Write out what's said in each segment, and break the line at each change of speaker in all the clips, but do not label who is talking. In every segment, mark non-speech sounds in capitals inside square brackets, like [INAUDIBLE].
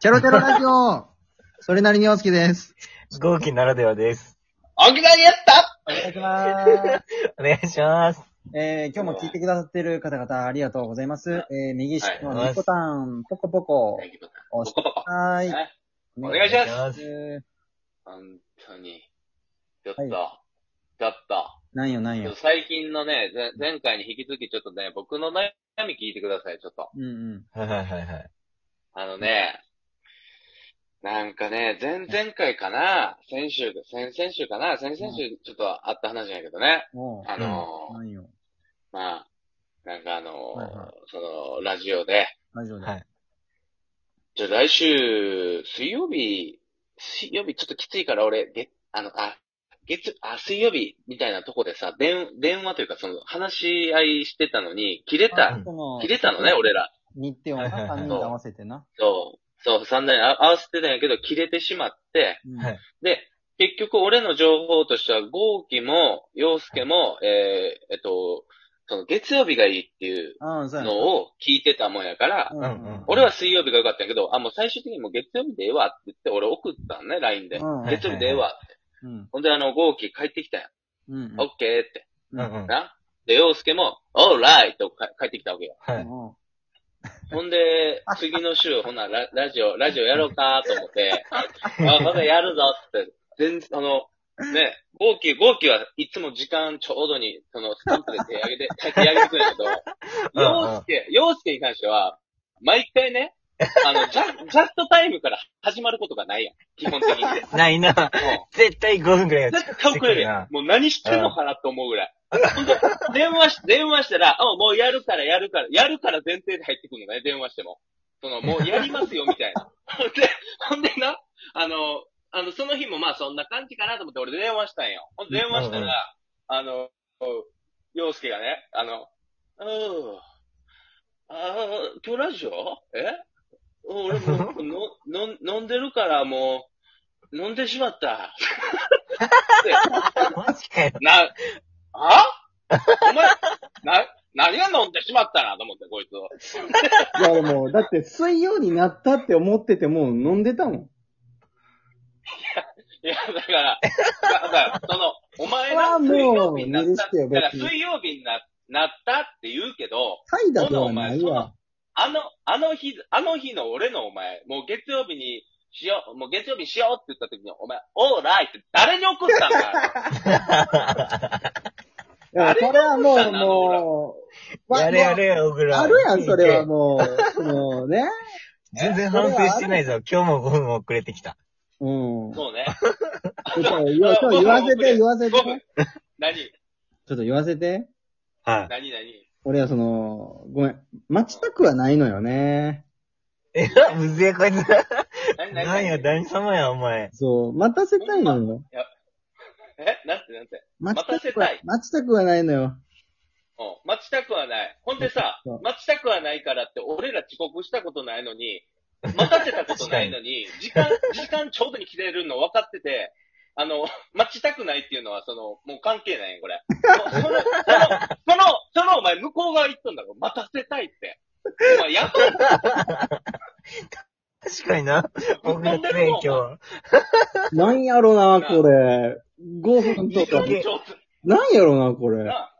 チャロチャロラジオそれなりにお好きです。
飛行機ならではです。
沖縄にやった
お願いします。
お願いします。
えー、今日も聞いてくださってる方々ありがとうございます。えー、右下の
はい
ニコタン、ポコポコ、
ポ
押し
コポコ。
てはーい。
はいお願いし
お
ま
願いします。
す。
本当に。やった。
は
やった。
なんよなん
ちょっ
よ
と。最近のね、ぜ前回に引き続きちょっとね、僕の悩み聞いてください、ちょっと。
うんうん。
はいはいはいはい。
あのね、なんかね、前々回かな、先週、先々週かな、先々週ちょっとあった話やけどね。
おう。
あのー
なんよ。
まあ、なんかあのー
はいはい
その、ラジオで、
ラジオで。
はい
じゃあ来週、水曜日、水曜日ちょっときついから俺、げ、あの、あ、月、あ、水曜日みたいなとこでさ、電、電話というかその話し合いしてたのに、切れ
あ
た、
その
切れたのね、。俺ら。
日程をな、
はいはいはい
3人で合わせてな。
そう、そう、三台あ合わせてたんやけど、切れてしまって、
うん
はい
で、結局俺の情報としては、豪輝も、陽介も、えーえっと、その月曜日がいいっていう
うん、そうやな
のを聞いてたもんやから、
うんうん。
俺は水曜日が良かったんやけど、あ、もう最終的にもう月曜日でええわって言って、俺送ったんね、LINE で。
うん
月曜日でええわって。
うん。
ほんで、あの、豪輝帰ってきたやん。
うん。
オッケーって。
うんうん。
な。で、洋介も、オーライとか帰ってきたわけよ。
はい。
も
ほんで、次の週、ほなラ、ラジオ、ラジオやろうかと思って、あ、まだやるぞって、全然、あの、ね、豪輝、豪輝はいつも時間ちょうどに、その、スタンプで手上げて、手上げてくるんだけど、
うんうん
洋介、洋介に関しては、毎回ね、あの、ジャ、ジャストタイムから始まることがないやん。基本的に
[LAUGHS]
ね。
ないな。
も、
絶対5分くらいうが
絶対遅れるやん。もう何してんのかなと思うぐらい。ほんで電話し、 [LAUGHS] 電話したら、あ、もうやるからやるから、やるから前提で入ってくるのね、電話しても。その、もうやりますよ、みたいな。ほんで、ほんでな、あの、あの、その日もまあそんな感じかなと思って俺電話したんよ。ほんで電話した
うんうん
ら、あの、洋介がね、あの、うん。あー今日ラジオえ俺もうのの飲んでるからもう、飲んでしまった。
マジかよ。
[LAUGHS] な、あお前、な、何が飲んでしまったなと思って、こいつを。
いや、もう、だって水曜になったって思っててもう飲んでたもん。
いや、だから、だから、その、お前
あ
が
ーもう
水曜日になっ
許
た
してよ。
だから
別に
水曜日にななったって言うけど、
怠惰ではないわ。
あの、あの日、あの日の俺のお前、もう月曜日にしよう、もう月曜日にしようって言った時に、お前、オーライって誰に送っ
[LAUGHS]
たんだ
いや、それはも
あれ
う、
がどうしたの
もう、わ
やれや。れよ、小
もう
倉。
あるやん、それはもう。そのね。
全然反省してないぞ。今日も5分遅れてきた。
うん。ちょ
そうね。
っと言わそう言わせて、言わせて。
5
ち
分
ょ。
何
っと言わせて。
は
何何
俺はその、ごめん。待ちたくはないのよね。
い。え、むずやこいつ。
何何
なんや、
何
何様や、お前。
そう、待たせたいのよ。
えなんてなんて。
待ちたく
待たせ
は
たい、
待ちたくはないのよ。
うん待ちたくはない。ほんでさ
そう、
待ちたくはないからって、俺ら遅刻したことない
[LAUGHS]
のに、待たせたことないのに、時間、時間ちょうどに切れるの分かってて、あの、待ちたくないっていうのは、その、もう関係ないよ、これ。そその、その、その、そのお前向こう側行っとんだろ。待たせたいって。お前やっとん
確かにな。僕が強い、今日は。
なんやろな、これ。5分と
時間
か。
ちょう
なんやろな、こ
ど
れ。
な。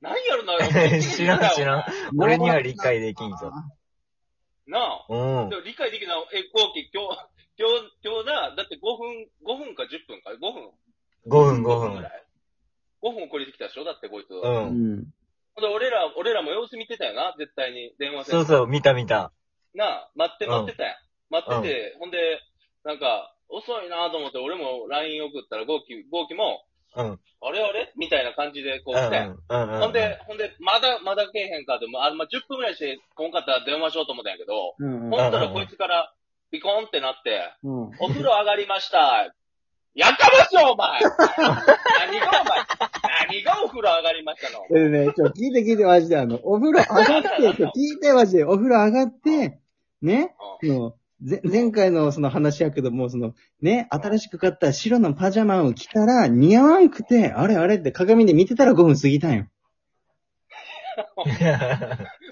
何やろな、お
[LAUGHS]
前
知らん知らん。俺には理解できんぞ。
なあ。
うん
で。も理解できない。え、後期、今日、 [LAUGHS] 今日、今日な、だって5分、5分か10分か、5分、
5分、5
5ぐら
分。
い。5分遅れてきたでしょだってこいつ。
う
ほん
ん。
ん。
で俺ら、俺らも様子見てたよな、絶対に。電話
そう
う。
そう、見た見た。
なあ、待って待ってたやん。待ってて、ほんで、なんか、遅いなと思って、俺も LINE 送ったら、ゴーキ、ゴーキも、
うん。
あれあれみたいな感じで、こう
うん。う
来たや
ん。
ん。
うん。
ほんで、ほんで、まだ、まだ来えへんかって、もうあまあ、10分ぐらいして、こんかったら電話しようと思ったんやけど、
うん
ほんたらこいつから、ピコンってなって、
うん。
お風呂上がりました。やかましいお前何がお前何がお風呂上がりましたの
えでね、ちょ、聞いて聞いて、マジで、あの、お風呂上がって、ちょ、聞いて、マジで、お風呂上がって、ね、その、ぜ前回のその話やけども、その、ね、新しく買った白のパジャマを着たら、似合わんくて、あれあれって鏡で見てたら5分過ぎたんよ。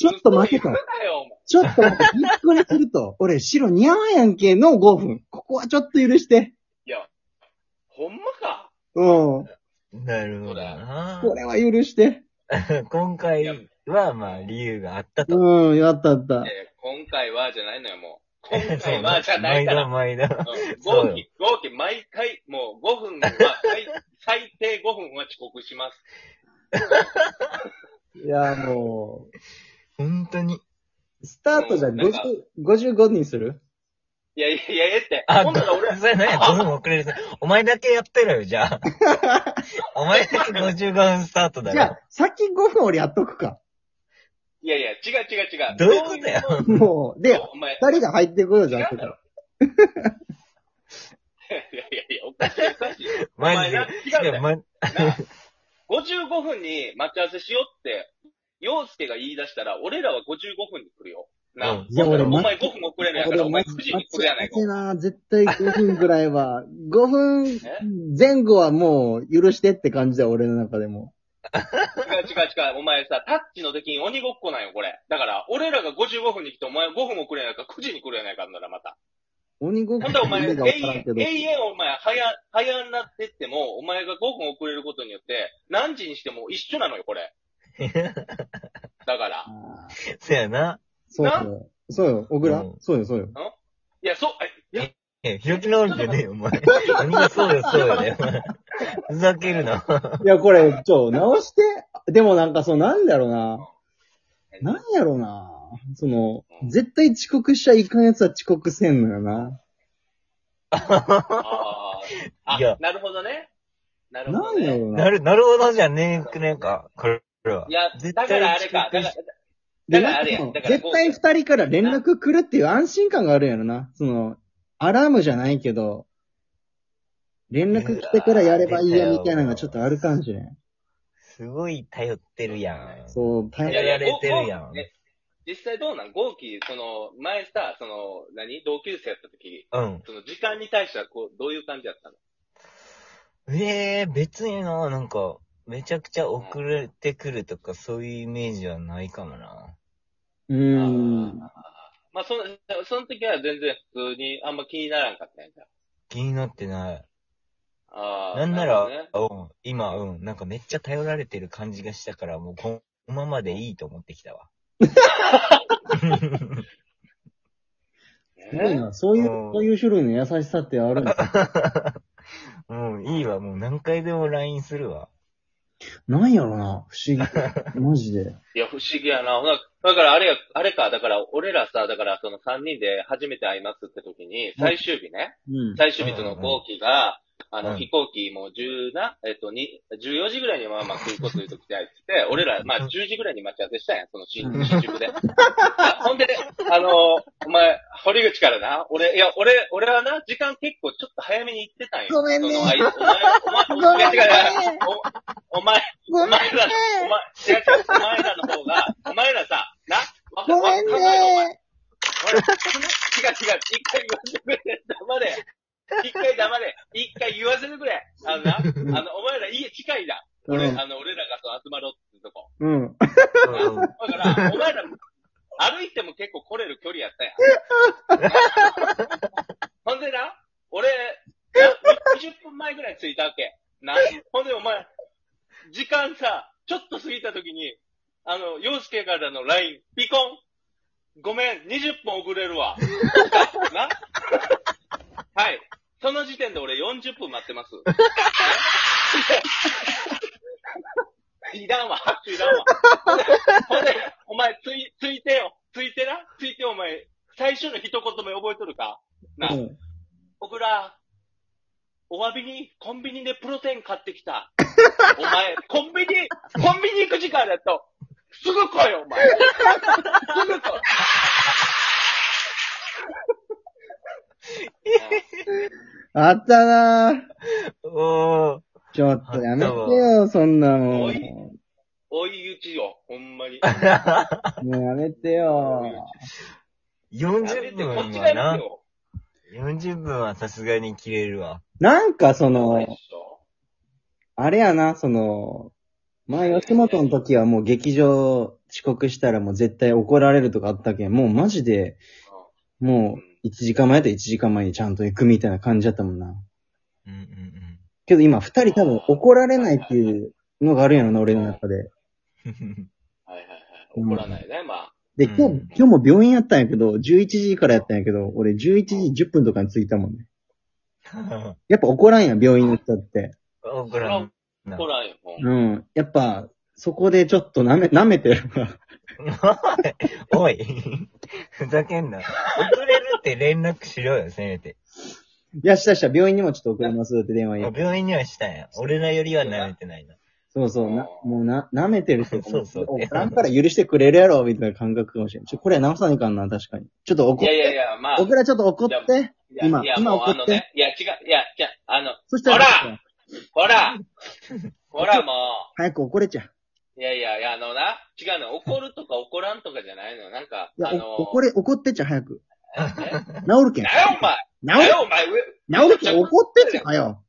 ちょっと待てと
嘘言うなよ、お前。
ちょっと待って、びっくりすると。俺、白似合わんやんけの5分。ここはちょっと許して。
いや、ほんまか。
うん。
[LAUGHS] なるほどな。
これは許して。
今回は、まあ、理由があったと。
うん、やったやった
え。ー今回はじゃないのよ、もう。今回はじゃない
毎
か
度 [LAUGHS]
ら。
毎度。
うん
そう
合計、合計、毎回、もう5分は、最最低5分は遅刻します。
いや、も
本当に。
う、スタートじゃ
うんなんか
50 55にする
いやいやいや、ええって。
あ、
今度は俺ら、
それ何や、5分遅れるぞ。お前だけやってろよ、じ [LAUGHS] ゃあ。お前だけ55分スタートだ
じゃ
よ
あ。、先5分俺やっとくか。
いやいや、違う違う違う。
どういうことや
そういう
もう、で、
お前、
二人が入ってこようじゃん。
違うだろ。いやいやいや、おかしいおかしい。
マジで。
お前な違うんだよ
ま、
な55分 [LAUGHS] に待ち合わせしようって、洋介が言い出したら、俺らは55分に来るよ。な、
うん
いや俺
お前
待
5分遅れるやか
俺
ら、
も
お前9時に来るやないか。
てな、絶対5分ぐらいは、5分前後はもう許してって感じだよ、俺の中でも。
違う違う違う。お前さ、タッチの時に鬼ごっこなんよ、これ。だから、俺らが55分に来て、お前5分遅れやないか、9時に来るやないかんなら、また。
鬼ごっ
ほ
こ
んだらお
の
前、
夢
永
がわからん
遠
け、ど。
永遠お前、早、早になってっても、お前が5分遅れることによって、何時にしても一緒なのよ、
[LAUGHS]
これ。だから。
あー
そうやな。
そうよ。そうよ、小倉、
うん
そうよ、そうよ。
いや、そう、え、いや、
え、ひろき直りじゃねえよ、お前。鬼がそうよ、そうよ、ね。お前ふざけるな。
いや、これ、ちょ、直して。でもなんか、そう、なんだろうな。なんやろうな。その、絶対遅刻しちゃいかんやつは遅刻せんのよな。
ああ、あ
いや
なるほどね。なる
な
ほど、
ん
ね。
やろう
な
な。
る、なるほどじゃねえくねえか。これは。
いや、だからあれか、だから、
で、
だから
な
あ
ん
れや
かもう
だから
絶対二人から連絡来るっていう安心感があるんやろな。その、アラームじゃないけど、連絡来てからやればいいやみたいなのがちょっとあるかもしれん。
すごい頼ってるやん。
そう、大変。
いやいや、
やられてるやん
ゴーえ実際どうなんゴーキー、その、前さ、その、何同級生やった時、
うん。
その時間に対してはこう、どういう感じだったの
ええ別にな、なんか、めちゃくちゃ遅れてくるとか、そういうイメージはないかもな。
うーん。
まあ、その、その時は全然普通にあんま気にならんかったんやじゃ
気になってない。
ああー。
なんな
る
ら、
ほどね
うん、今、うん、なんかめっちゃ頼られてる感じがしたから、もうこのままでいいと思ってきた
[LAUGHS]
わ。
すごいな。そういう、
うん
そういう種類の優しさってあるんだ。
もういいわ、もう何回でも LINE するわ。
なんやろな。不 [LAUGHS] 思議。マジで。
いや、不思議やな。ほなだから、あれや、あれか、だから、俺らさ、だから、その3人で初めて会いますって時に、最終日ね、
うん。
最終日その後期が、あ
う
の、
ん
飛行機も10な、えっと、に14時ぐらいにまあまあ空港着いときたいって言って、俺ら、まあ10時ぐらいに待ち合わせしたんや、その新
うん
新宿で。あほんで、あのーお前、堀口からな、俺、いや、俺、俺はな、時間結構ちょっと早めに行ってたんや。
ごめんね
そのあいお前、お前、お前、違う違うおお前、
ごめ
お
んね
前ら、お前、違う違う、お前らの方が、お前らさ、な、わか
ごめん
わかないお前
ね
俺、違う違う、一回言わせてくれ、黙れ。一回黙れ。一回言わせてくれ。あのな、あの、お前ら家近いな。俺、あの、俺らがそう集まろうってとこ。
うん。うん。
うんうん
だから、お前ら、歩いても結構来れる距離やったやん。ほんでな、俺、な20分前ぐらいに着いたわけ。な、ほんでお前、時間さ、ちょっと過ぎた時に、あの、洋介からの LINE、ピコン。ごめん、20分遅れるわ。なはい。その時点で俺40分待ってます。 [LAUGHS] いらんわ、拍手いらんわ。ほんで、 [LAUGHS] お前、つい、ついてよ。ついてな。ついてお前、最初の一言目覚えとるかな、
うん
僕ら、お詫びに、コンビニでプロテイン買ってきた。お前、コンビニ、コンビニ行く時間だと、すぐ来いよ、お前。すぐ来い。
あったなぁ。
おー。
ちょっとやめてよ、そんなも
お
ん。
い
ね
追い打ちよ、ほんまに。 [LAUGHS]
やめてよ。
40分
こっちが
は
や
な
る、よ。
40分はさすがに切れるわ。
なんかそ
最
の
初、
あれやな、その、前吉本の時はもう劇場遅刻したらもう絶対怒られるとかあったけん、もうマジで、もう1時間前と1時間前にちゃんと行くみたいな感じだったもんな。
うんうんうん。
けど今2人多分怒られないっていうのがあるんやろな、俺の中で。
[LAUGHS] はいはいはい。怒らないね、まあ。
で、
うん
今日、今日も病院やったんやけど、11時からやったんやけど、俺11時10分とかに着いたもんね。やっぱ怒らんやん、病院の人って。
[LAUGHS] 怒らん。な
怒らんよ。もう
うん。やっぱ、そこでちょっと舐め、舐めてるわ。
[LAUGHS] おい、ふざけんな。遅れるって連絡しろよ、せめて。
いや、したした、病院にもちょっと送りますって電話言う。
病院にはしたんや。俺らよりは慣れてないな。
そうそう、な、もうな、舐めてる人
[LAUGHS]
そうそう
おらんから許してくれるやろ、みたいな感覚かもしれん。ちょ、これは直さないかんな、確かに。ちょっと怒
い
っ
やいやい
て。
や、まあ。
僕らちょっと怒って。
いや
今
いや
今
もう
怒って
あのね。いや、違う。いや、じゃあ、の、
そした
ほ
ら、[LAUGHS]
ほら、ほらも
早く怒れちゃう。
う。いやいやいや、あのな、違うの。怒るとか怒らんとかじゃないのよ。なんか、
いや
あ、の、
お怒れ、怒ってちゃ、早く。
え
治るけん。
なよ、お前。
治
なよ、お前。上
る、治るけん、怒ってちゃ、はよ。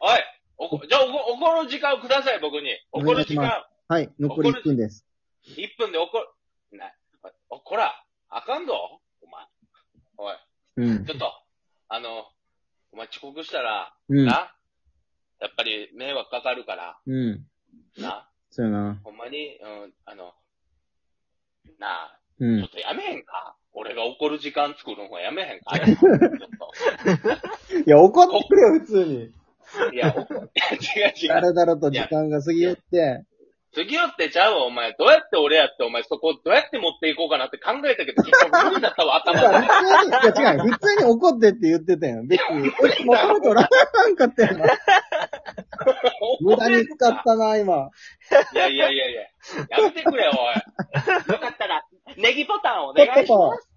お、おい。おこじゃあ、おこ怒る時間をください、僕に。怒る時
お願いし
間。
はい、残り1分です。
1分で怒る。な、お、こら、あかんぞ、お前。おい。
うん
ち。ょっと、あの、お前遅刻したら、
うん。
な、やっぱり迷惑かかるから、
うん。
な、
そうやな。
ほんまに、うん、あの、なあ、
う
ちょ
ん
っ。とやめへんか。俺が怒る時間作るのやめへんか。ち
いや、怒ってくれよ、普通に。
ょっと。いや、お違う違
だ
う。
らだらと時間が過ぎよって。
次よってちゃうわ、お前。どうやって俺やって、お前そこどうやって持っていこうかなって考えたけど、結局無理だったわ、
い
頭
や、
が。
普通に、いや、違う、普通に怒ってって言ってたやん。別 [LAUGHS] に、俺、もともとらなんかったやん。無駄に使ったな、今。
いやいやいやいや。やめてくれよ、おい。よかったら、ネギボタンお願いします。